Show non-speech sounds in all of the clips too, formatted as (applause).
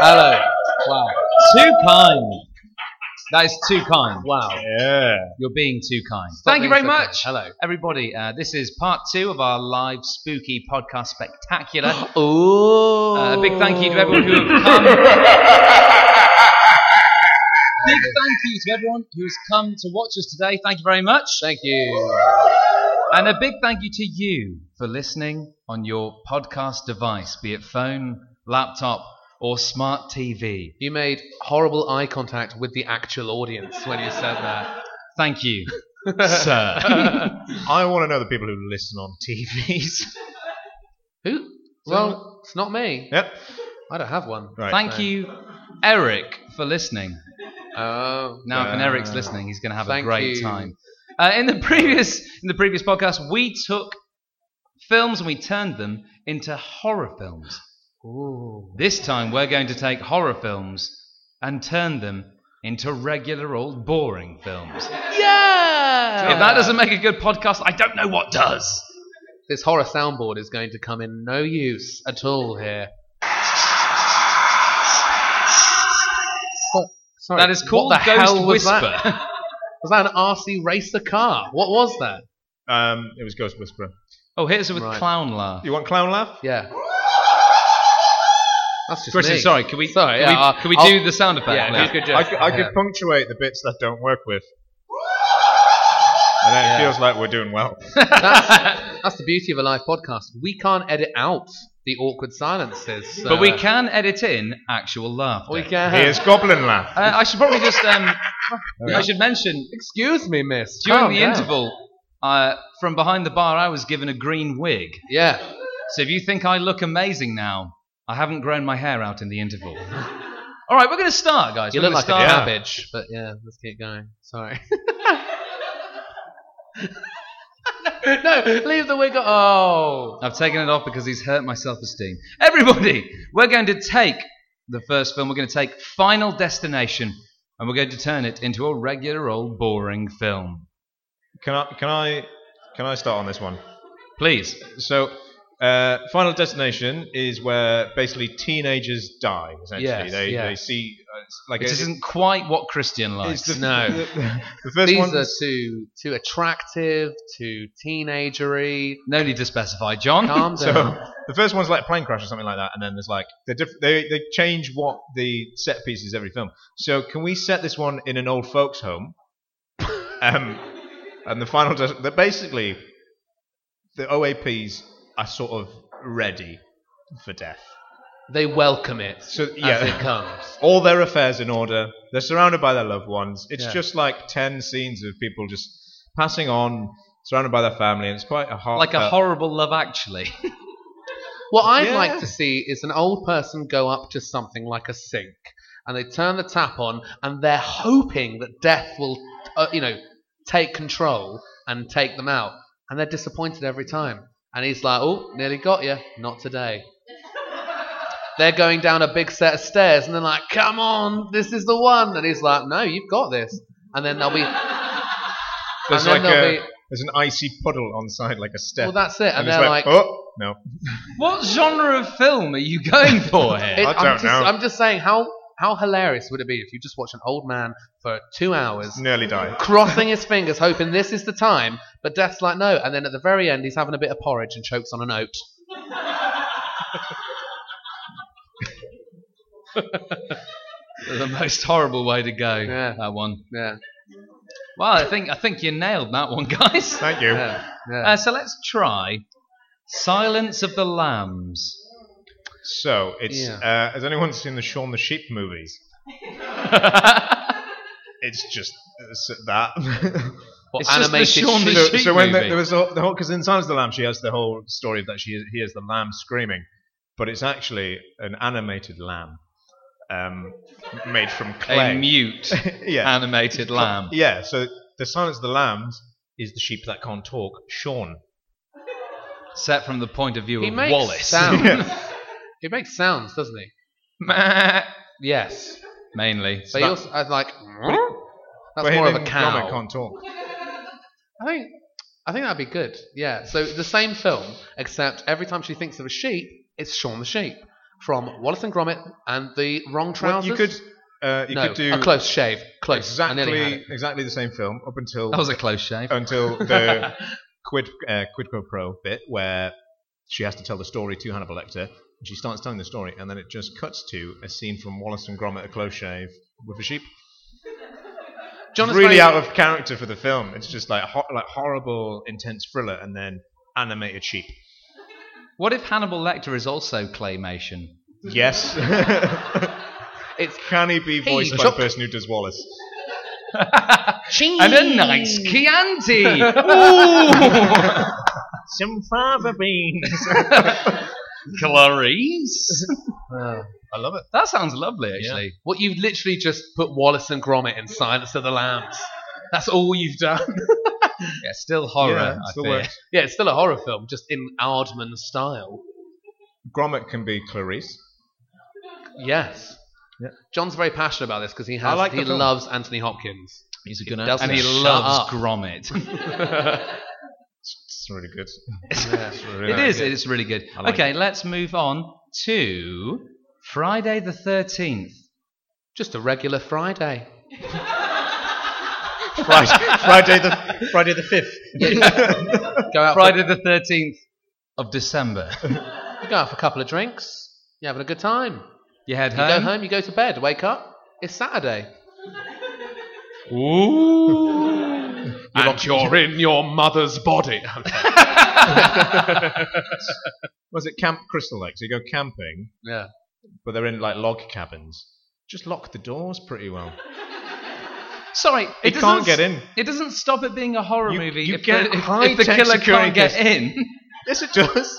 Hello. Wow. Too kind. That is too kind. Wow. Yeah. You're being too kind. Stop Thank you very being so kind. much. Hello. Everybody, uh, this is part two of our live spooky podcast spectacular. Ooh. Uh, a big thank you to everyone who have come. big thank you to everyone who's come to watch us today. Thank you very much. Thank you. And a big thank you to you for listening on your podcast device, be it phone, laptop, or smart TV. You made horrible eye contact with the actual audience when you said that. Thank you. (laughs) (laughs) Sir. I want to know the people who listen on TVs. Who? Well, it's not me. (laughs) yep. I don't have one. Right. Thank Fine. you, Eric, for listening. Oh. Now, if an Uh, Eric's listening, he's going to have a thank great you. time. Uh, in the (laughs) previous in the previous podcast, we took films and we turned them into horror films. Ooh. This time, we're going to take horror films and turn them into regular old boring films. Yeah. If that doesn't make a good podcast, I don't know what does. this horror soundboard is going to come in no use at all here. What? Sorry, That is called what the Ghost hell was Whisper. (laughs) That? Was that an RC racer car? What was that? Um, it was Ghost Whisperer. oh, here's it with Right. clown laugh. You want clown laugh? Yeah. That's just Christian, me. sorry, uh, can we Sorry, can yeah, I'll- we, can we I'll- do the sound effect? Yeah, please? you could I, just. c- I yeah. could punctuate the bits that don't work with. And then it feels like we're doing well. (laughs) That's, that's the beauty of a live podcast. We can't edit out the awkward silences. so- uh, But we can edit in actual laughter. We can. Here's Goblin Laugh. Uh, I should probably just (laughs) um, I should mention Excuse me, miss. during Calm the down. interval uh, from behind the bar I was given a green wig. Yeah. So if you think I look amazing now, I haven't grown my hair out in the interval. (laughs) All right, we're going to start, guys. You We're look like a gonna start. cabbage, but yeah, let's keep going. Sorry. (laughs) no, leave the wig. Oh, I've taken it off because he's hurt my self-esteem. Everybody, we're going to take the first film. We're going to take Final Destination, and we're going to turn it into a regular old boring film. Can I? Can I? Can I start on this one? Please. So, uh, Final Destination is where basically teenagers die. Essentially, Yes, they yeah. they see uh, it's like This it- isn't quite what Christian likes. it's the, no. (laughs) the, the first these one. are too too attractive, too teenagery. No need to specify, John. (laughs) Calm down. so the first one's like a plane crash or something like that, and then there's like they're diff- they they change what the set piece is every film. So can we set this one in an old folks' home? um, and the final des- they're basically the OAPs are sort of ready for death. they welcome it So as it yeah, comes. all their affairs in order. They're surrounded by their loved ones. It's Yeah. just like ten scenes of people just passing on, surrounded by their family, and it's quite a heart. uh, like a horrible love, actually. (laughs) What I'd Yeah. like to see is an old person go up to something like a sink, and they turn the tap on, and they're hoping that death will, uh, you know, take control and take them out, and they're disappointed every time. And he's like, "Oh, nearly got you. Not today." They're going down a big set of stairs, and they're like, "Come on, this is the one." And he's like, "No, you've got this." And then they'll be, There's and then like they'll a be- there's an icy puddle on the side, like a step. well, that's it. And, it's they're like, oh no, what genre of film are you going for here? It- I (laughs) I'm, don't just, know. I'm just saying how how hilarious would it be if you just watch an old man for two hours nearly die. crossing his fingers, hoping this is the time, but death's like no, and then at the very end he's having a bit of porridge and chokes on an oat. (laughs) the most horrible way to go. Yeah. That one. Yeah, Well, I think I think you nailed that one, (laughs) guys. Thank you. yeah, yeah. Uh, so let's try Silence of the (laughs) Lambs. So it's Yeah. uh, has anyone seen the Shaun the Sheep movies? It's just it's that. What it's just the Shaun the shit. so, Sheep so when movie. there was a- the whole because in Silence of the Lamb she has the whole story that she hears the lamb screaming, but it's actually an animated lamb, um, made from A clay. mute (laughs) yeah, animated lamb. yeah. So the Silence of the Lambs is the sheep that can't talk, Shaun. Set from the point of view He of makes Wallace. sounds. Yeah. He makes sounds, doesn't he? Yes, (laughs) Mainly. but he that- also I like. That's But more of a Hidden Comet cow. can't talk. I think I think that'd be good. Yeah. So the same film, except every time she thinks of a sheep, it's Shaun the sheep, from Wallace and Gromit and the Wrong Well, Trousers. you could, uh, you no, could do a close shave. Close. I nearly had exactly it. exactly the same film up until That was a close shave. (laughs) until (laughs) the quid uh, quid pro pro bit where she has to tell the story to Hannibal Lecter, and she starts telling the story, and then it just cuts to a scene from Wallace and Gromit: A Close Shave with a sheep. John It's is really very- out of character for the film. It's just like ho- like horrible, intense thriller, and then animated (laughs) sheep. What if Hannibal Lecter is also claymation? Yes. (laughs) It's Can he be voiced by Chuck. the person who does Wallace? And a nice Chianti! (laughs) Some fava beans. (laughs) Clarice! Oh. I love it. That sounds lovely, actually. What you've literally just put Wallace and Gromit in Silence of the Lambs. That's all you've done. (laughs) Yeah, still horror, Yeah, I still fear. works. yeah, it's still a horror film, just in Aardman style. Gromit can be Clarice. Yes. Yeah. John's very passionate about this because he I has like the he film. loves Anthony Hopkins. He's a good doesn't. And he Shut loves up. Gromit. (laughs) It's, it's really good. Yes. really it is, it's really good. I like okay, let's move on to Friday the (laughs) 13th. just a regular Friday. Friday, (laughs) Friday the Friday the (laughs) fifth. Go out, Friday the 13th of (laughs) December. For, you go out for a couple of drinks. You're having a good time. You head You go home? home, you go to bed, wake up. It's Saturday. Ooh. and you're in your mother's body. Was it Camp Crystal Lake? So you go camping, (laughs) yeah. but they're in like log cabins. Just lock the doors pretty well. Sorry, You it doesn't can't get s- in. It doesn't stop it being a horror You- movie you if, get the, if- high if the tech killer can't security get in. (laughs) Yes, it does.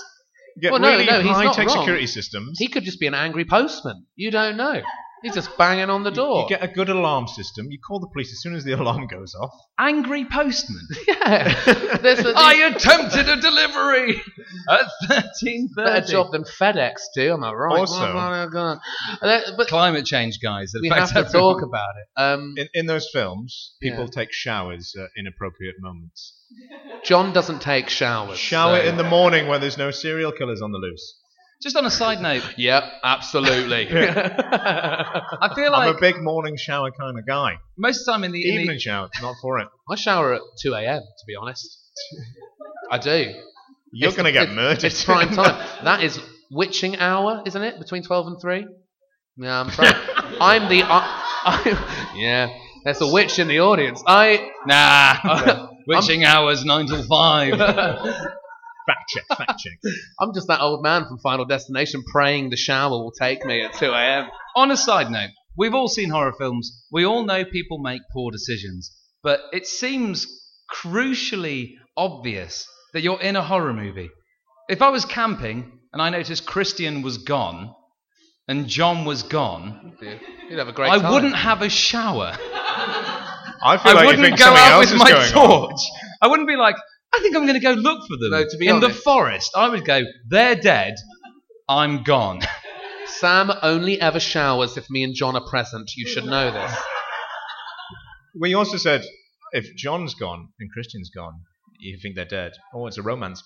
You get Well, no, really no, he's high not tech wrong. security systems. He could just be an angry postman. You don't know. He's just banging on the door. You get a good alarm system. You call the police as soon as the (laughs) alarm goes off. Angry postman. (laughs) (laughs) yeah. There's a, I attempted a delivery at better 1330. job than FedEx do. Am I right? Also- Blah, blah, blah, blah. Uh, But Climate change, guys. we have to talk about it. Um, Mm. In, in those films, people Yeah. take showers at inappropriate moments. John doesn't take showers. Shower so- in the morning when there's no serial killers on (laughs) the loose. Just on a side (laughs) note, Yep, (laughs) absolutely. I feel I'm like a big morning shower kind of guy. most of the time in the, in Evening the shower, not for it. I shower at 2 a.m. to be honest. I do. You're It's going to the- get it's- murdered. It's prime time. That is witching hour, isn't it? Between 12 and 3? Yeah, (laughs) I'm sorry. I'm the. (laughs) I, I, yeah, there's a witch in the audience. I. (laughs) nah, witching hours nine till five. (laughs) (laughs) fact check, fact check. I'm just that old man from Final Destination praying the shower will take me at 2 a.m. on a side note, we've all seen horror films. We all know people make poor decisions, but it seems crucially obvious that you're in a horror movie. If I was camping and I noticed Christian was gone and John was gone, You'd have a great I time. wouldn't have a (laughs) shower. I I feel like you wouldn't think go something out else with is my going on. torch. I wouldn't be like, I think I'm going to go look for them No, to be in the honest- forest. I would go, they're dead. I'm gone. (laughs) Sam only ever showers if me and John are present. You should know this. Well, you also said if John's gone and Christian's gone, you think they're dead. Oh, it's (laughs) a romance.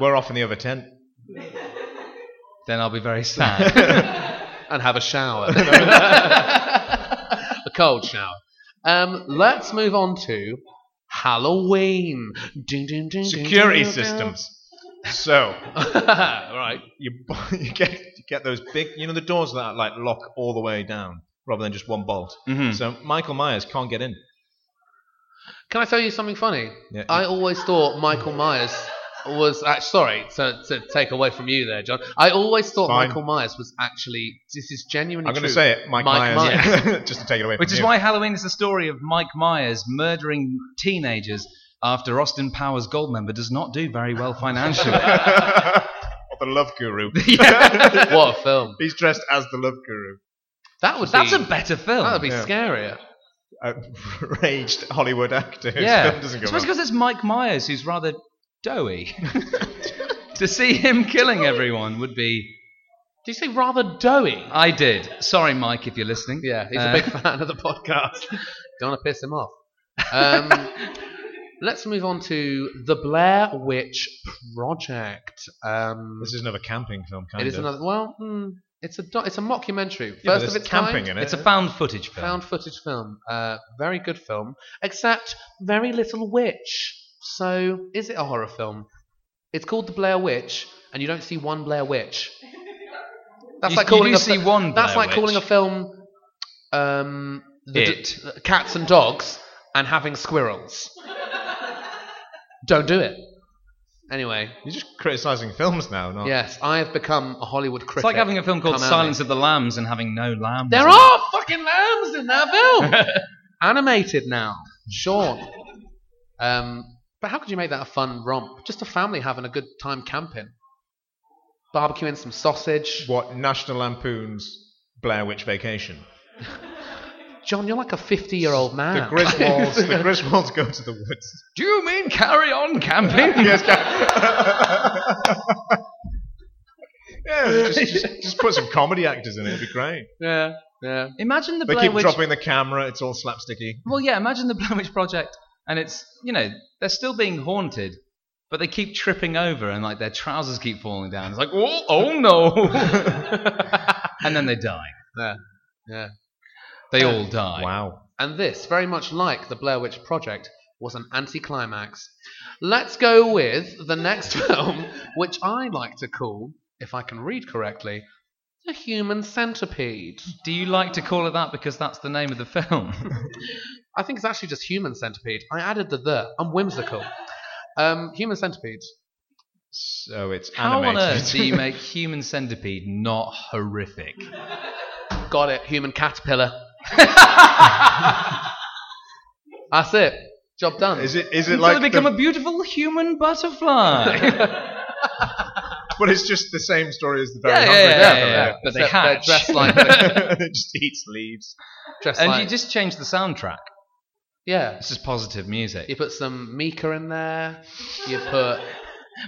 We're off in the other tent. Then I'll be very (laughs) sad. and have a shower. a cold shower. Um, let's move on to Halloween. Dun, dun, dun, Security dun, dun, dun. systems. So (laughs) right. you (laughs) you get you get those big, you know, the doors that like lock all the way down rather than just one bolt. Mhm. So Michael Myers can't get in. Can I tell you something funny? Yeah. I always thought Michael Myers was. act- sorry to, to take away from you there, John. I always thought Fine. Michael Myers was actually. This is genuinely. I'm going to true. say it, Mike, Mike Myers, (laughs) just to take it away. Which from is you. why Halloween is the story of Mike Myers murdering teenagers after Austin Powers Goldmember does not do very well (laughs) financially. the Love Guru. (laughs) What a film! (laughs) He's dressed as the Love Guru. That would. That's be, a better That film. would be Yeah. scarier. Outraged Hollywood actor. whose yeah. film (laughs) doesn't go Suppose well. because it's Mike Myers who's rather (laughs) doughy. (laughs) to see him killing everyone would be. Do you say rather doughy? I did. Sorry, Mike, if you're listening. Yeah, he's Uh, (laughs) (laughs) a big fan of the podcast. Don't want to piss him off. Um, Let's move on to The Blair Witch Project. Um, This is another camping film, kind it is of. another. Well, hmm, it's a do- it's a mockumentary. Yeah, but First there's of its camping in kind. it. It's a found footage film. Found footage film. Uh, very good film, except very little witch. So, is it a horror film? It's called The Blair Witch, and you don't see one Blair (laughs) Witch. That's You- like you do calling a see one That's Blair like Witch. calling a film um, the It. d- cats and dogs and (laughs) having squirrels. don't do it. Anyway, You're just criticizing films now, not yes, I have become a Hollywood critic. It's like having a film called Come at me. Silence of the Lambs and having no lambs. There in it. are fucking lambs in that film. (laughs) Animated now. Sure. Um, but how could you make that a fun romp? Just a family having a good time camping. Barbecuing some sausage. what National Lampoon's Blair Witch Vacation. John, you're like a 50 year old man. The Griswolds, the Griswolds go to the woods. Do you mean carry on (laughs) camping? Yes, ca- (laughs) yeah, just, just, just put some comedy actors in it. It'd be great. yeah, (laughs) yeah. Imagine the They Blair keep Witch. dropping the camera. It's all slapsticky. Well, yeah. Imagine the Blair Witch Project, and it's you know they're still being haunted, but they keep tripping over and like their trousers keep falling down. It's like oh, oh (laughs) no, and then they die. Yeah, yeah. They all die. Wow. And this, very much like the Blair Witch Project, was an anticlimax. Let's go with the next (laughs) film, which I like to call, if I can read correctly, The Human Centipede. Do you like to call it that because that's the name of the film? I think it's actually just Human Centipede. I added the the. I'm whimsical. Um, human Centipede. So it's How on animated. earth do (laughs) you make Human Centipede not (laughs) horrific? Got it. Human Caterpillar. That's it. Job done. is it is it Until like? they become the- a beautiful human butterfly. but it's just the same story as the very yeah, yeah, hungry yeah, Jack, yeah, yeah. right? But they Except they're hatch. dressed (laughs) like the- (laughs) it just eats leaves. Dressed and like, you just change the soundtrack. yeah. It's just positive music. You put some Mika in there. You put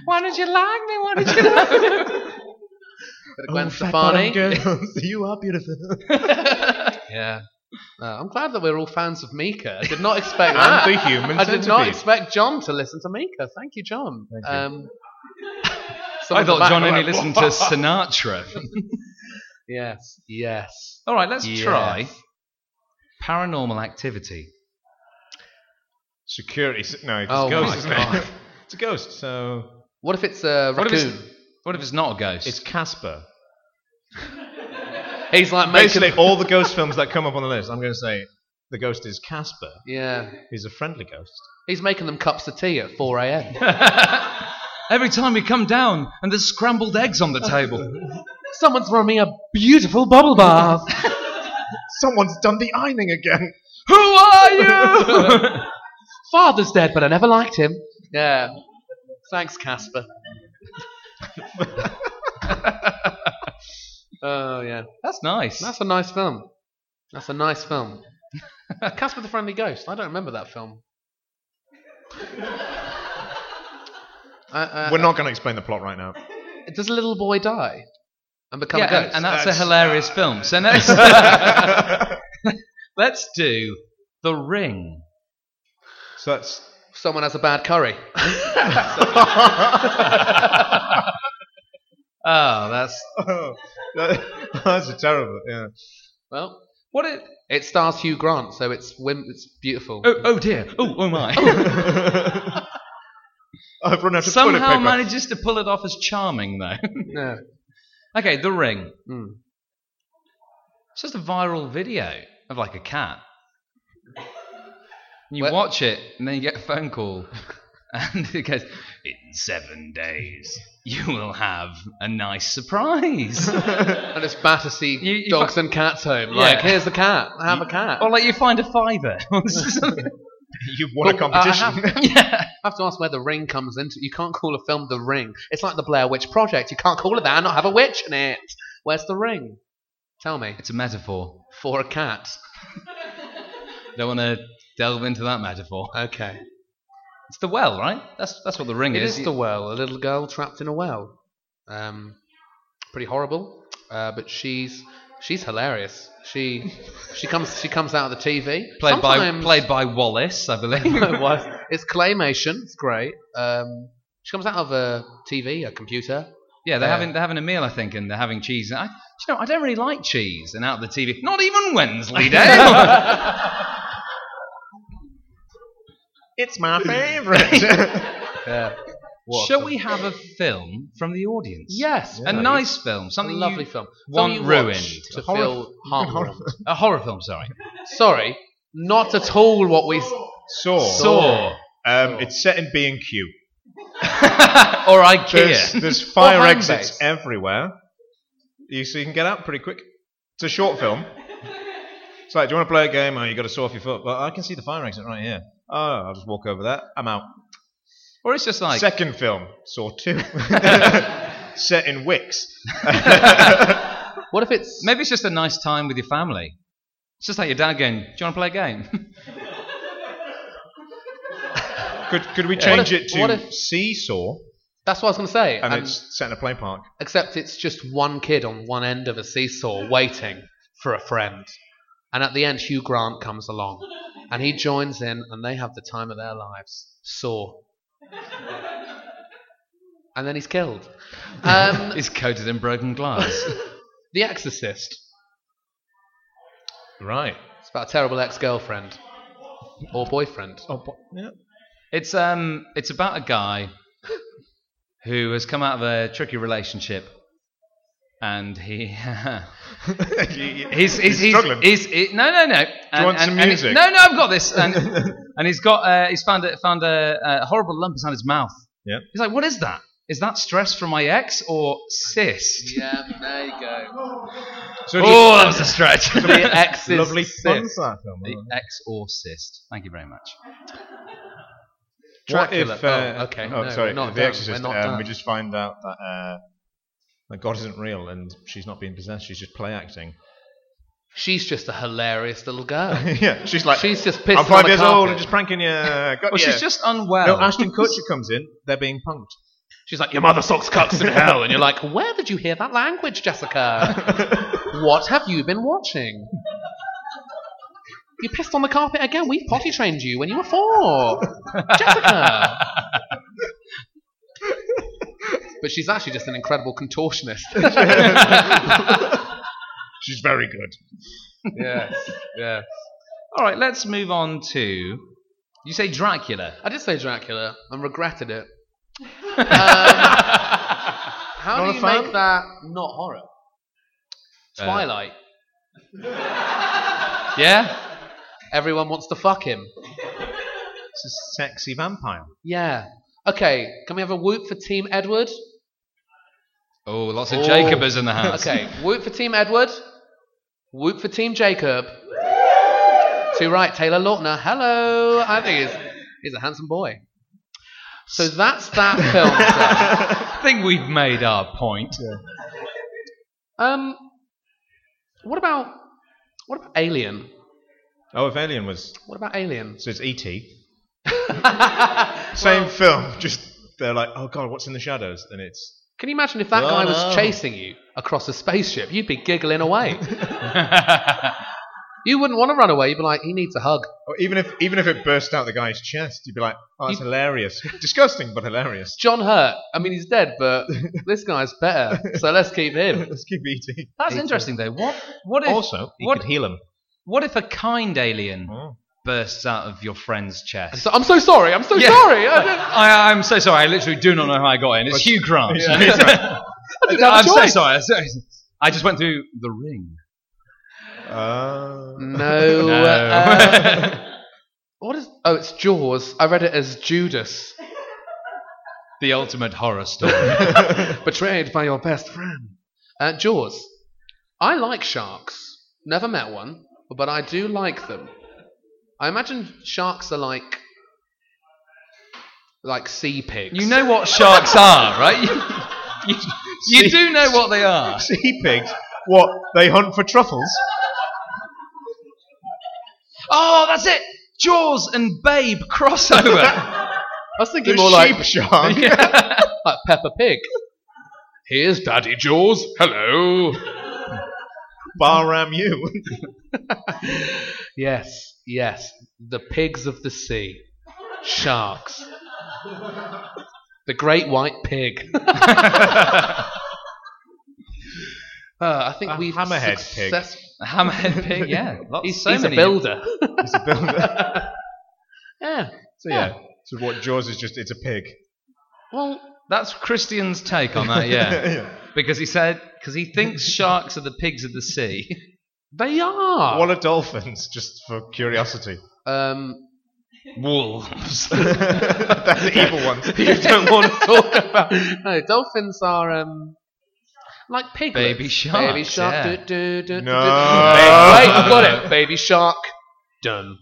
Why did you like me? Why did (laughs) you like me? Oh, bit of Oh, Gwen Stefani. (laughs) (laughs) you are beautiful. yeah. Uh, I'm glad that we're all fans of Mika. I did not expect (laughs) and the that. human I did not centipede. expect John to listen to Mika. Thank you, John. Thank you. (laughs) Um, I thought John only like, listened to Sinatra. Yes. Yes. All right, let's Yes. try Paranormal Activity. Security. s- No, it's Oh a ghost, my isn't God. it? (laughs) It's a ghost. So What if it's a What if raccoon? it's- What if it's not a ghost? it's Casper. He's like making. Basically, all the ghost films that come up on the list, I'm going to say the ghost is Casper. yeah. He's a friendly ghost. He's making them cups of tea at 4 a.m. (laughs) Every time we come down and there's scrambled eggs on the table. Someone's thrown me a beautiful bubble bath. (laughs) Someone's done the ironing again. Who are you? Father's dead, but I never liked him. Yeah. Thanks, Casper. (laughs) oh yeah, That's nice. that's a nice film. That's a nice film. (laughs) Casper the Friendly Ghost. I don't remember that film. (laughs) Uh, uh, We're not going to explain the plot right now. Does a little boy die and become a yeah, ghost? and, and that's, That's- a uh, hilarious film. (laughs) So next, (laughs) let's do The Ring. So that's. (laughs) Someone has a bad curry. (laughs) Oh, that's that- that's a terrible. Yeah. well, what it. it stars Hugh Grant, so it's wim- it's beautiful. Oh, oh dear. Oh, oh (laughs) my. I've run out of toilet Somehow paper. manages to pull it off as charming though. (laughs) Yeah. okay, The Ring. Hmm. Mm. It's just a viral video of like a cat. You What? watch it, and then you get a phone call, (laughs) and it goes, "In seven days, you will have a nice (laughs) surprise." And it's Battersea You- you dogs fi- and cats home. Yeah. Like, here's the cat. Have a cat. or like you find a (laughs) fiver. (laughs) (laughs) You've won a Look, uh, I have- competition. yeah. I have to ask where the ring comes into. You can't call a film the ring. It's like the Blair Witch Project. You can't call it that and not have a witch in it. Where's the ring? Tell me. It's a metaphor. For a cat. Don't want to delve into that metaphor. (laughs) Okay. It's the well, right? That's that's what the ring It is. is the well. A little girl trapped in a well. Um, pretty horrible. Uh, but she's She's hilarious. She she comes she comes out of the TV. Played by Sometimes- played by Wallace, I believe. (laughs) it was. It's claymation. It's great. Um, she comes out of a TV, a computer. (laughs) Yeah, they're Yeah. having they're having a meal, I think, and they're having cheese. And I, do you know, I don't really like cheese. And out of the TV, not even Wensley (laughs) (laughs) Dale. (laughs) It's my favourite. Yeah. What Shall a- we have a film from the audience? Yes. a please. nice film, A something you- lovely film. want Something you ruined. watched to A horror- feel (laughs) heartwarmed. a horror film. Sorry, Sorry, not at all what we. s- Saw. Saw (laughs) Um, it's set in B and Q. or IKEA. There's, there's fire Or exits Homebase. everywhere, you, so you can get out pretty quick. It's a short film. It's like, do you want to play a game? Oh, you got to saw off your foot. Well, I can see the fire exit right here. Oh, I'll just walk over that. I'm out. Or it's just like Second film, Saw (laughs) Two, (laughs) set in Wicks. What if it's maybe it's just a nice time with your family. It's just like your dad going, "Do you want to play a game?" (laughs) Could could we change What if- it what to if- Seesaw? that's what I was going to say. And and- it's set in a play park. except it's just one kid on one end of a seesaw waiting for a friend. And at the end, Hugh Grant comes along, and he joins in, and they have the time of their lives. Saw. And then he's killed. (laughs) Um, it's coated in broken glass. The Exorcist. Right. It's about a terrible ex-girlfriend or boyfriend. Oh, bo- yeah. It's um, it's about a guy who has come out of a tricky relationship, and he (laughs) (laughs) You- you- he's he's, he's, struggling. he's, he- no no no. And, want and- some and- music? no no, I've got this. (laughs) And, and he's got uh, he's found a, found a, a horrible lump inside his mouth. Yeah. He's like, what is that? Is that stress from my ex or cyst? Yeah, there you go. So just Oh, that was a (laughs) stretch. The Exorcist. lovely fun sci-fi film. The ex or cyst. Thank you very much. What Dracula. if, uh, oh, okay. Oh, no, sorry. We're not the done. Exorcist. We're not um, done. we just find out that, uh, that God isn't real and she's not being possessed. She's just play acting. (laughs) She's just a hilarious little girl. yeah, she's like. She's just pissed I'm on five the years carpet. old and just pranking you. (laughs) Got Well, ya." she's just unwell. No, Ashton Kutcher comes in. They're being punked. She's like, Your mother sucks cocks (laughs) in hell. And you're like, Where did you hear that language, Jessica? what have you been watching? You pissed on the carpet again. We potty trained you when you were four. Jessica. but she's actually just an incredible contortionist. She's very good. yes. Yeah. All right, let's move on to. You say Dracula. I did say Dracula and regretted it. Um, how Not a do you fan? make that not horror? Uh, Twilight. Yeah? Everyone wants to fuck him. It's a sexy vampire. Yeah. Okay, can we have a whoop for Team Edward? Oh, lots of Oh. Jacobers in the (laughs) house. Okay, whoop for Team Edward. Whoop for Team Jacob. To right, Taylor Lautner. Hello. I think he's, he's a handsome boy. So (laughs) that's that film. sir. I think we've made our point. Um, what about what about Alien? Oh, if Alien was. What (laughs) about Alien? So it's E.T. Same film, just they're like, oh god, what's in the shadows? And it's. Can you imagine if that Oh, guy no. was chasing you across a spaceship? You'd be giggling (laughs) away. you wouldn't want to run away. You'd be like, he needs a hug. Or even if even if it burst out the guy's chest, you'd be like, oh, that's You- hilarious. Disgusting, but hilarious. John Hurt. I mean, he's dead, (laughs) but this guy's better. So let's keep (laughs) him. Let's keep E.T. That's interesting, though. What, what, if, Also, you what- could heal him. what if a kind alien Oh. bursts out of your friend's chest? So, I'm so sorry. I'm so Yeah. sorry. I (laughs) didn't, I, I'm so sorry. I literally do not know how I got in. It's Hugh Grant. (laughs) I didn't have a I'm so choice. sorry. I'm so- I just went through the ring. Uh, (laughs) No. No. uh, what is? Oh, it's Jaws. I read it as Judas, (laughs) the ultimate horror story. betrayed by your best friend. Uh, Jaws. I like sharks. Never met one, but I do like them. I imagine sharks are like like sea pigs. You know what sharks are, (laughs) right? You, you, you do know what they are. sea pigs. What? They hunt for truffles? Oh, that's it. Jaws and Babe (laughs) crossover. (laughs) I was thinking They're more like sheep (laughs) shark. like Peppa Pig. Here's Daddy Jaws. Hello. Bahram you. yes, yes. The pigs of the sea. Sharks. the great white pig. (laughs) Uh, I think A we've hammerhead pig. success- Hammerhead pig, yeah. (laughs) Lots, He's, so he's a many. builder. It's a builder. (laughs) yeah. (laughs) So yeah. So what Jaws is just it's a pig. Well, That's Christian's take on that, Uh, (laughs) (laughs) yeah. because he said, because he thinks sharks are the pigs of the sea. they are. What are dolphins? Just for curiosity. um, (laughs) (laughs) Wolves. That's the evil ones. you don't want to talk about. (laughs) No, dolphins are um, like piglets. Baby sharks, Baby shark. yeah. do, do, do, do, No. do. Oh. Hey, wait, I've got it. Baby shark. Done.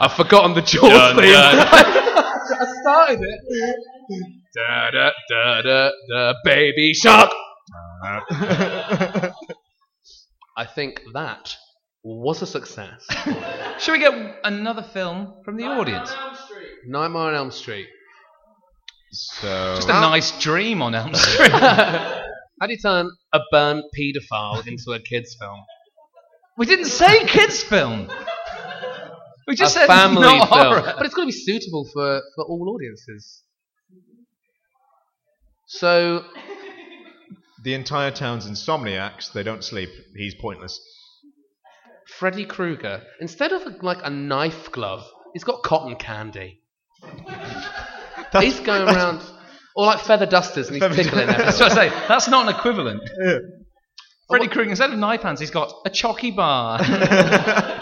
I've forgotten the Jaws theme. (laughs) I started it. da, da, da, da, da, baby shark. I think that was a (laughs) success. Should we get another film from the audience? Nightmare on Elm (laughs) Street. (laughs) so Just a nice dream on Elm (laughs) Street. How do you turn a burnt paedophile into a kids' film? we didn't say kids' film. We just a said family film, not horror. but it's got to be suitable for, for all audiences. So the entire town's insomniacs. They don't sleep. He's pointless. Freddy Krueger, instead of like a knife glove, he's got cotton candy. That's- he's going (laughs) around, or like feather dusters, and he's Feather- tickling That's everyone. what I say. That's not an equivalent. Yeah. Freddy Krueger, instead of knife hands, he's got a chalky bar. (laughs)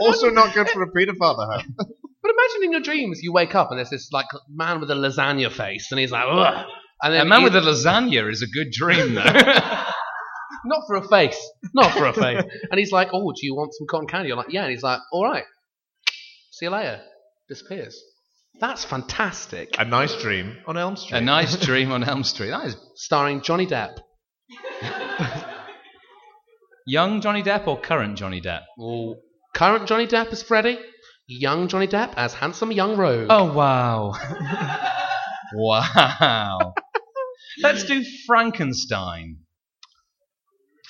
Also not good for a paedophile to have. But imagine in your dreams, you wake up and there's this like man with a lasagna face, and he's like, Ugh. and then a man he- with a lasagna is a good dream, though. not for a face, not (laughs) for a face, and he's like, oh, do you want some cotton candy? You're like, yeah, and he's like, all right, see you later, disappears. That's fantastic. A nice dream on Elm Street. a nice dream on Elm Street. That is Starring Johnny Depp. young Johnny Depp or current Johnny Depp? Well, current Johnny Depp as Freddy, young Johnny Depp as handsome young Rogue. Oh, wow. (laughs) wow. Let's do Frankenstein.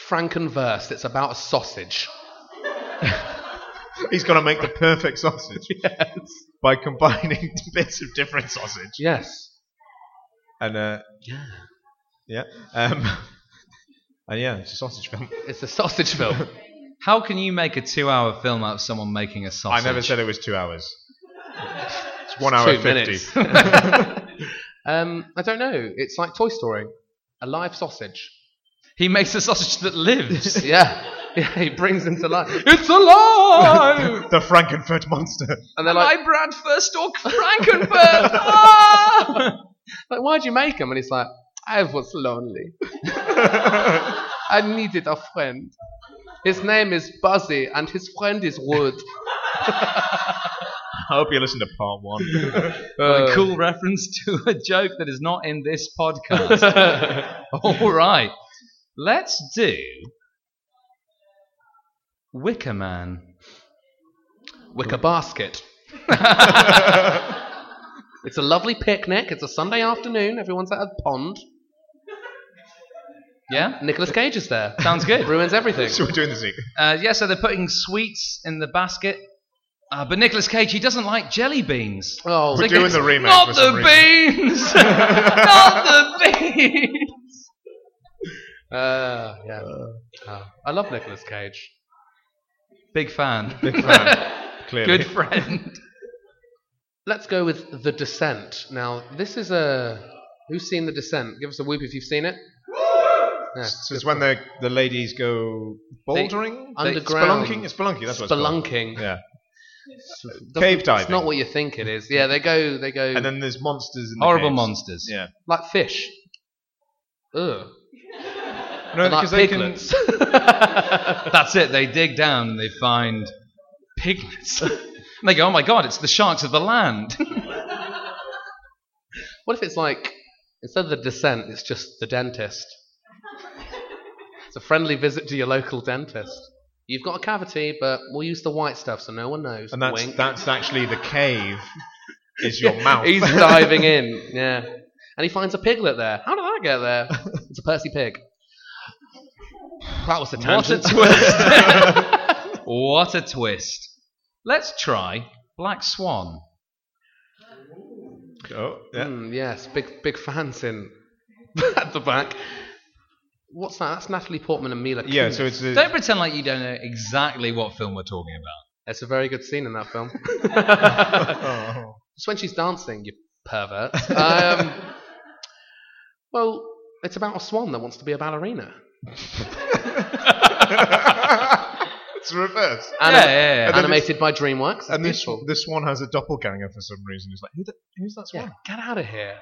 Frankenverse. It's about a sausage. He's gonna make the perfect sausage by combining (laughs) bits of different sausage. Yes. And uh, Yeah. yeah, um, (laughs) and yeah, it's a sausage film. It's a sausage film. How can you make a two hour film out of someone making a sausage? I never said it was two (laughs) hours. It's one hour Two and fifty. minutes. (laughs) um, I don't know. It's like Toy Story, a live sausage. He makes a sausage that lives. (laughs) Yeah. Yeah, he brings them to life. It's alive! the Frankenfurt monster. (laughs) and (laughs) they're like, I Brad first (laughs) or Frankenfurt? Ah! like, why'd you make him? And he's like, I was lonely. I needed a friend. His name is Buzzy, and his friend is Wood. I hope you listen to (laughs) part one. What a cool reference to (laughs) a joke that is not in this podcast. All right. Let's do Wicker Man. Wicker (laughs) basket. it's a lovely picnic. It's a Sunday afternoon. Everyone's at a pond. Yeah? Nicolas Cage is there. Sounds good. (laughs) Ruins everything. so we're doing this. again. Uh, yeah, so they're putting sweets in the basket. Uh, but Nicolas Cage, he doesn't like jelly beans. Oh, So We're he doing goes, the remake Not for the some (laughs) beans! Not the beans! uh, yeah. Oh, I love Nicolas Cage. Big fan. uh, (laughs) Clearly. Good friend. Let's go with The Descent. Now, this is a. Who's seen The Descent? Give us a whoop if you've seen it. Yeah. This is when the the ladies go bouldering, They- Underground. spelunking. It's spelunking. That's what it's called. Spelunking. Yeah. Doesn't- Cave It's diving. not what you think it is. Yeah, they go. They go. And then there's monsters in the Horrible caves. monsters. Yeah. like fish. Ugh. No, Like because they can. piglets. (laughs) That's it. They dig down and they find piglets. and (laughs) they go, oh my god, it's the sharks of the land. (laughs) What if it's like instead of the descent, it's just the dentist? it's a friendly visit to your local dentist. You've got a cavity, but we'll use the white stuff so no one knows. And that's Wink. that's actually the cave. (laughs) Is your mouth? (laughs) He's diving in, yeah. And he finds a piglet there. How did that get there? It's to Percy Pig. That was a What a tangent. Oh, twist. what a twist. Let's try Black Swan. Oh, (laughs) yeah. Hmm, yes, big big fans in (laughs) at the back. What's that? That's Natalie Portman and Mila. Yeah, Kunis. so it's. Don't The, pretend like you don't know exactly what film we're talking about. It's a very good scene in that (laughs) film. (laughs) oh. it's when she's dancing, you (laughs) pervert. Um, well, it's about a swan that wants to be a ballerina. it's reverse. um, yeah, yeah, yeah. and then Animated by DreamWorks. It's And this, beautiful. this one has a doppelganger for some reason. It's like, who the, who's that yeah, swan? get out of here.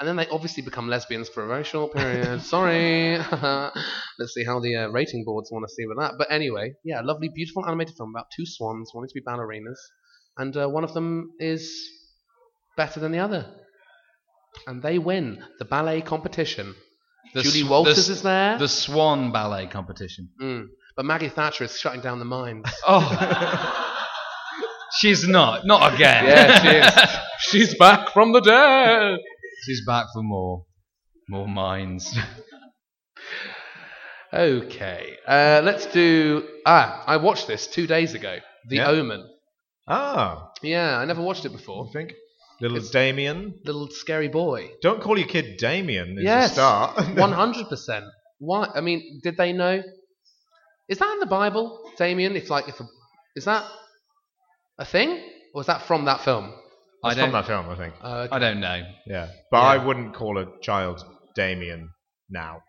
And then they obviously become lesbians for a very short period. Sorry. (laughs) Let's see how the uh, rating boards want to see with that. But anyway, yeah, lovely, beautiful animated film about two swans wanting to be ballerinas, and uh, one of them is better than the other, and they win the ballet competition. The Julie s- Walters the s- is there, The Swan Ballet (laughs) Competition. Mm. but Maggie Thatcher is shutting down the mines. Oh. She's not. Not again. Yeah, she is. (laughs) She's back from the dead. (laughs) She's back for more. More minds. Okay, uh, let's do. Ah, I watched this two days ago. The Yeah. Omen. Ah, Yeah, I never watched it I (laughs) before. think. Little It's- Damien. Little scary boy. Don't call your kid Damien is Yes. a start. One hundred percent. Why? I mean, did they know? Is that in the Bible, Damien? If like, if a, is that a thing, or is that from that film? I It's from don't, that film, I think. Uh, (laughs) (laughs) I don't know. Yeah. But Yeah. I wouldn't call a child Damien now.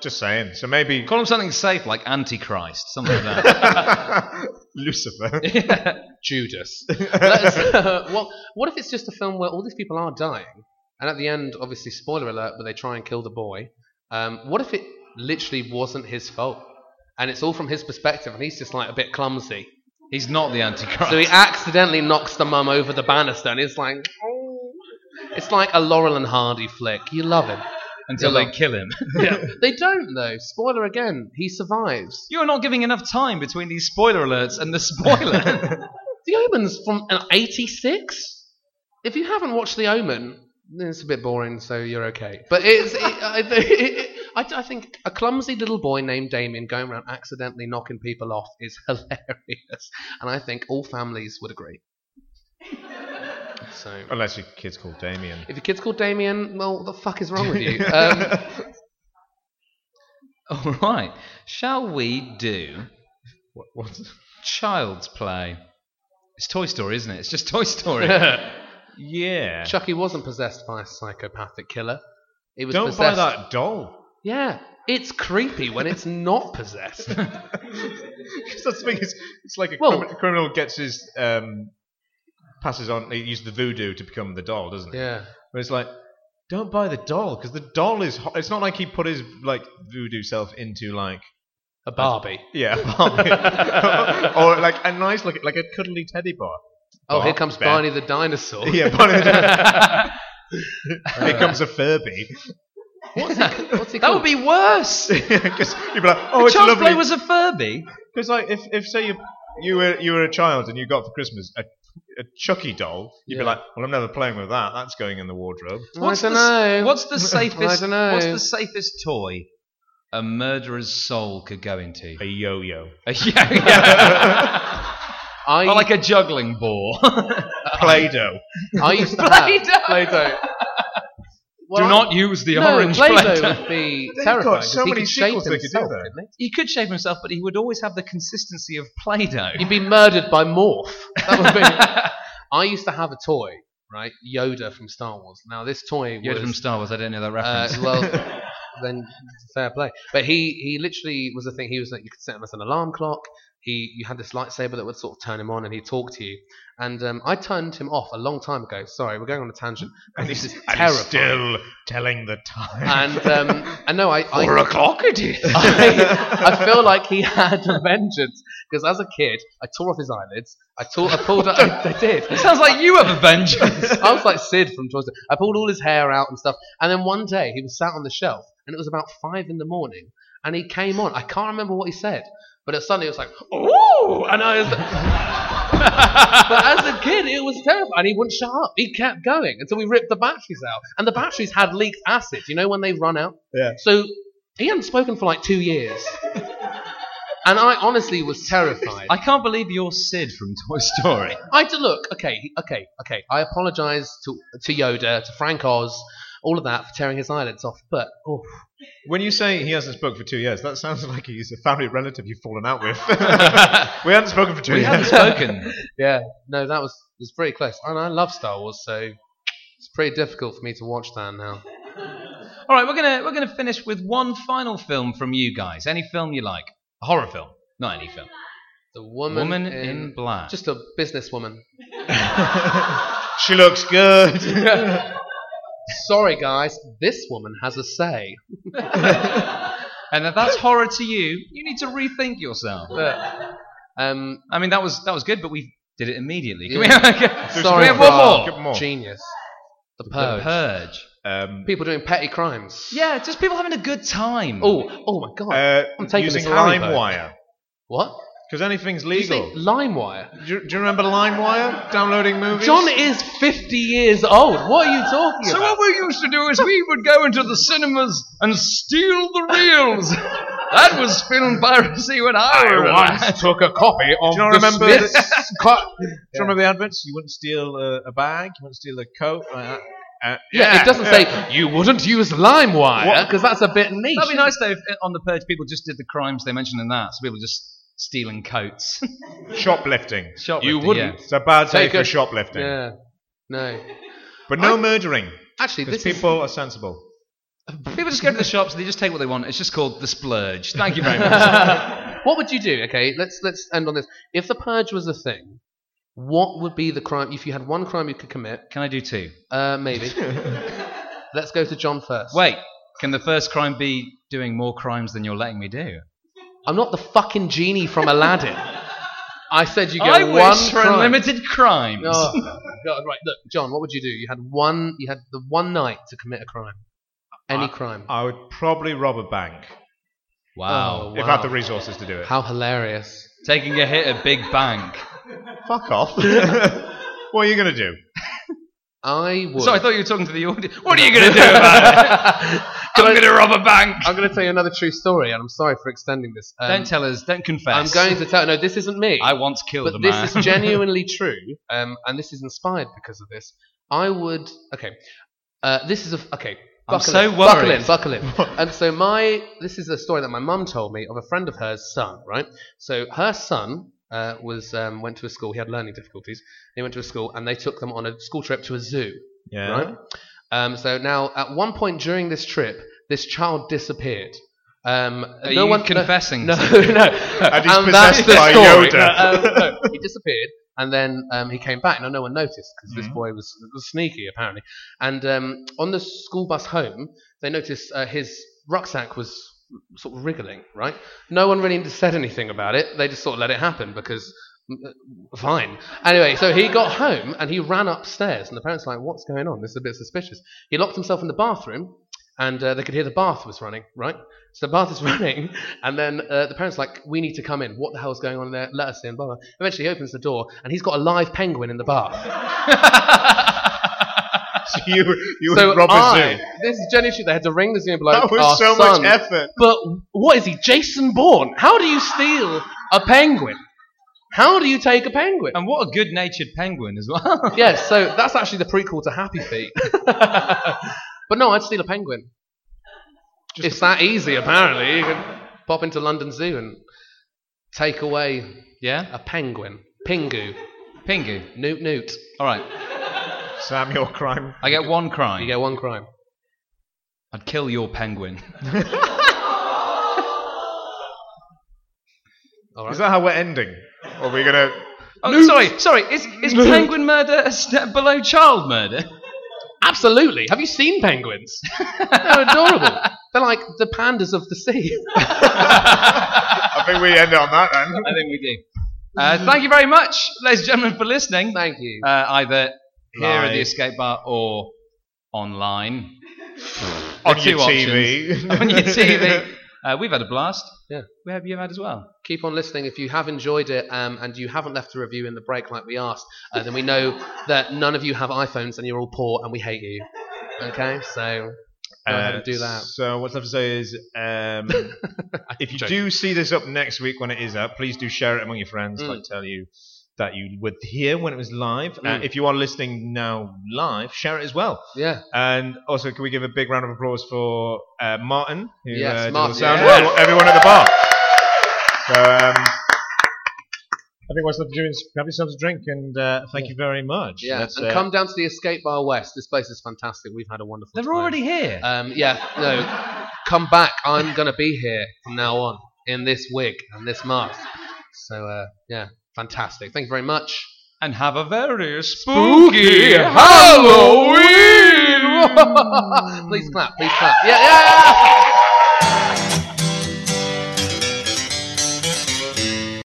Just saying. So maybe Call him something safe like Antichrist, something like that. (laughs) (laughs) Lucifer. Yeah. (laughs) Judas. Let us- (laughs) what, what if it's just a film where all these people are dying, and at the end, obviously, spoiler alert, but they try and kill the boy? Um, what if it literally wasn't his fault, and it's all from his perspective, and he's just like a bit clumsy, He's not the Antichrist. so he accidentally knocks the mum over the banister, and it's like, "Oh." it's like a Laurel and Hardy flick. You love him. until Yeah, they kill him. (laughs) (laughs) They don't though. Spoiler again. He survives. You're not giving enough time between these spoiler alerts and the spoiler. (laughs) The Omen's from an '86. If you haven't watched The Omen, it's a bit boring, so you're okay. But it's, it, I, it, I, (laughs) I think a clumsy little boy named Damien going around accidentally knocking people off is (laughs) hilarious, and I think all families would agree. So, Unless your kid's called Damien. if your kid's called Damien, well, what the fuck is wrong with you? Um, All right. Shall we do What, what? Child's Play? It's Toy Story, isn't it? It's just Toy Story. (laughs) Yeah. Chucky wasn't possessed by a psychopathic killer. It was Don't buy possessed. that doll. (laughs) Yeah, it's creepy when it's not possessed. Because that's the thing. It's, it's like a Well- crimi- criminal gets his um, passes on. He uses the voodoo to become the doll, doesn't he? yeah. But it's like, don't buy the doll because the doll is. Ho- it's not like he put his like voodoo self into like A Barbie. yeah, a Barbie. (laughs) or like a nice look, like a cuddly teddy bear. Oh, Bar- here comes bear. Barney the (laughs) dinosaur. Yeah, Barney. (laughs) the- that Here comes a Furby. (laughs) What's he, what's he would called? be worse. Because you'd be like, oh, it's Child's lovely. Play was a Furby. Because like if, if say you you were you were a child and you got for Christmas a, a Chucky doll, you'd be Yeah. like, well, I'm never playing with that. That's going in the wardrobe. What's (laughs) I the, don't know. What's the safest? dunno. What's the safest toy a murderer's soul could go into? (laughs) (laughs) A yo-yo. yeah, yeah. I, or like a juggling ball. (laughs) Uh, (laughs) Play-Doh. I used to Play-Doh. have Play-Doh. Do Well, I- not use the no, orange Play-Doh Play-Doh. would be They've terrifying. got so 'cause he many could shape sequels they could do himself, there. couldn't (laughs) He could shape himself, but he would always have the consistency of Play-Doh. (laughs) he? He'd be murdered by Morph. That would be. I used to have a toy, right? Yoda from Star Wars. Now this toy Yoda was from Star Wars. I don't know that Uh, reference. (laughs) (laughs) well, then fair play. But he he literally was the thing. He was like you could set him as an alarm clock. He you had this lightsaber that would sort of turn him on, and he'd talk to you. And um, I turned him off a long time ago. Sorry, we're going on a tangent. And this he's- is and he's terrifying. still telling the time. (laughs) (laughs) And um, I know I I, o'clock it is. (laughs) I I (laughs) feel like he (laughs) had a vengeance because as a kid I tore off his eyelids. I tore I pulled up. I, I did. Sounds like you have a vengeance. (laughs) I was like Sid from Toy Story. I pulled all his hair out and stuff. And then one day he was sat on the shelf, and it was about five in the morning, and he came on. I can't remember what he said, but it suddenly it was like, "Ooh!" And I was, But as a kid, it was terrifying. And he wouldn't shut up. He kept going until we ripped the batteries out. And the batteries had leaked acid. You know when they run out? Yeah. So he hadn't spoken for like two years. and I honestly was terrified. I can't believe you're Sid from Toy (laughs) Story. I had to look. Okay, okay, okay. I apologise to to Yoda, to Frank Oz, all of that for tearing his eyelids off. But oh, When you say he hasn't spoken for two years, that sounds (laughs) like he's a family relative you've fallen out with. (laughs) we haven't spoken for two We haven't years. spoken. yeah, no, that was it was pretty close. And I love Star Wars, so it's pretty difficult for me to watch that now. (laughs) All right, we're gonna we're gonna finish with one final film from you guys. Any film you like, a horror film, not any film. The woman, Woman in Black. (laughs) just a businesswoman. she looks (laughs) good. Sorry, guys, this woman has a say. and if that's horror to you, you need to rethink yourself. But, um, I mean, that was that was good, but we did it immediately. (laughs) Can Yeah. we, okay. So sorry, we have one for more? Give more. genius. The The purge. purge. Um, People doing petty crimes. Yeah, just people having a good time. Oh, oh my god. uh, I'm taking using this Harry Potter. LimeWire. what? Because anything's Did you say legal. LimeWire. Do you, do you remember LimeWire? Downloading movies? John is 50 years old. What are you talking So about? what we used to do is we would go into the cinemas and steal the (laughs) reels. that was film piracy when I, was. took a copy (laughs) of Do you not remember (laughs) this? Do you remember the adverts? You wouldn't steal a, a bag, you wouldn't steal a coat. Like that. Uh, Yeah, it doesn't say you wouldn't use LimeWire What? because that's a bit niche. That'd be nice though if uh, on the purge people just did the crimes they mentioned in that. So people just stealing coats. (laughs) shoplifting. Shoplifting, You wouldn't. yeah. It's a bad day Take for a- shoplifting. Yeah. No. But no I- murdering, Actually, because this people are sensible. (laughs) People just go to the shops. They just take what they want. It's just called the splurge. Thank you very (laughs) much. is. what would you do? Okay, let's let's end on this. If the purge was a thing, what would be the crime? If you had one crime you could commit, Can I do two? uh, (laughs) maybe. let's go to John first. Wait. Can the first crime be doing more crimes than you're letting me do? I'm not the fucking genie from (laughs) Aladdin. I said you get I one wish for crime. unlimited crimes. Oh, God, right. Look, John, what would you do? You had one. You had the one night to commit a crime. Any crime. I would probably rob a bank Wow. Oh. if I Wow. had the resources to do it. How hilarious! Taking a hit at Big Bank. Fuck (laughs) off. what are you going to do? I would. So I thought you were talking to the audience. What are you going to do about it? (laughs) I'm going to rob a bank. I'm going to tell you another true story, and I'm sorry for extending this. Um, don't tell us. Don't confess. I'm going to tell. No, this isn't me. I once killed a but man. (laughs) this is genuinely true, um, and this is inspired because of this. I would. Okay, uh, this is a okay. I'm Buckle so in, worried. (laughs) Buckle in, buckle in. and so my this is a story that my mum told me of a friend of hers son. Right, so her son. Uh, was um, went to a school. He had learning difficulties. He went to a school, and they took them on a school trip to a zoo. Yeah. Right. Um, so now, at one point during this trip, this child disappeared. Um, Are no you one confessing No, to (laughs) no. no. And he's And that's possessed the by story. Yoda. No, um, no, he disappeared, and then um, he came back. Now no one noticed because this Mhm. boy was, was sneaky apparently. And um, on the school bus home, they noticed uh, his rucksack was sort of wriggling. Right? No one really said anything about it. They just sort of let it happen because uh, fine. Anyway, so he got home and he ran upstairs, and the parents were like, "What's going on? This is a bit suspicious." He locked himself in the bathroom, and uh, they could hear the bath was running. Right, so the bath is (laughs) running, and then uh, the parents were like, "We need to come in. What the hell's going on in there? Let us in." Blah blah. Eventually, he opens the door, and he's got a live penguin in the bath. (laughs) So (laughs) you you (laughs) so would rob I, a zoo. this is genuine shit. They had to ring the zoo and be like, That was "Our so son- much effort. But what is he, Jason Bourne? How do you steal a penguin? How do you take a penguin? and what a good-natured penguin as well. (laughs) yeah, so that's actually the prequel to Happy Feet. (laughs) but no, I'd steal a penguin. it's that easy, apparently. You can pop into London Zoo and take away yeah. a penguin. Pingu. Pingu. Newt Newt. All right. Sam, your crime. I get one You crime. get one crime. I'd kill your penguin. All right. Is that how we're ending? Or are we going to. Oh, sorry, sorry. Is, is penguin murder a step below child murder? Absolutely. Have you seen penguins? They're adorable. They're like the pandas of the sea. (laughs) I think we end on that then. I think we do. Uh, thank you very much, ladies and gentlemen, for listening. Thank you. Uh, either here at Live. the Escape Bar or online. (laughs) on Two your TV. (laughs) (laughs) (laughs) on your TV. Uh, we've had a blast. Yeah. We hope you have had as well. Keep on listening. If you have enjoyed it um, and you haven't left a review in the break like we asked, uh, then we know that none of you have iPhones and you're all poor and we hate you. Okay, so Go ahead and do that. So what's left to say is, (laughs) um, if you Joking. do see this up next week when it is up, please do share it among your friends. Mm. Like tell you that you were here when it was live. Uh, Mm. if you are listening now live, share it as well. yeah, And also, can we give a big round of applause for uh, Martin, who Yes, uh, did all Martin. the sound, Yeah. and everyone at the bar. So um, I think what's left to do is have yourselves a drink and uh, thank you very much. yeah. That's, and uh, come down to the Escape Bar West. This place is fantastic. We've had a wonderful. They're time. already here. Um, yeah, no. Come back. I'm gonna be here from now on in this wig and this mask. So uh, yeah, fantastic. Thank you very much. and have a very Spooky spooky Halloween! (laughs) please clap. Please clap. Yeah, yeah.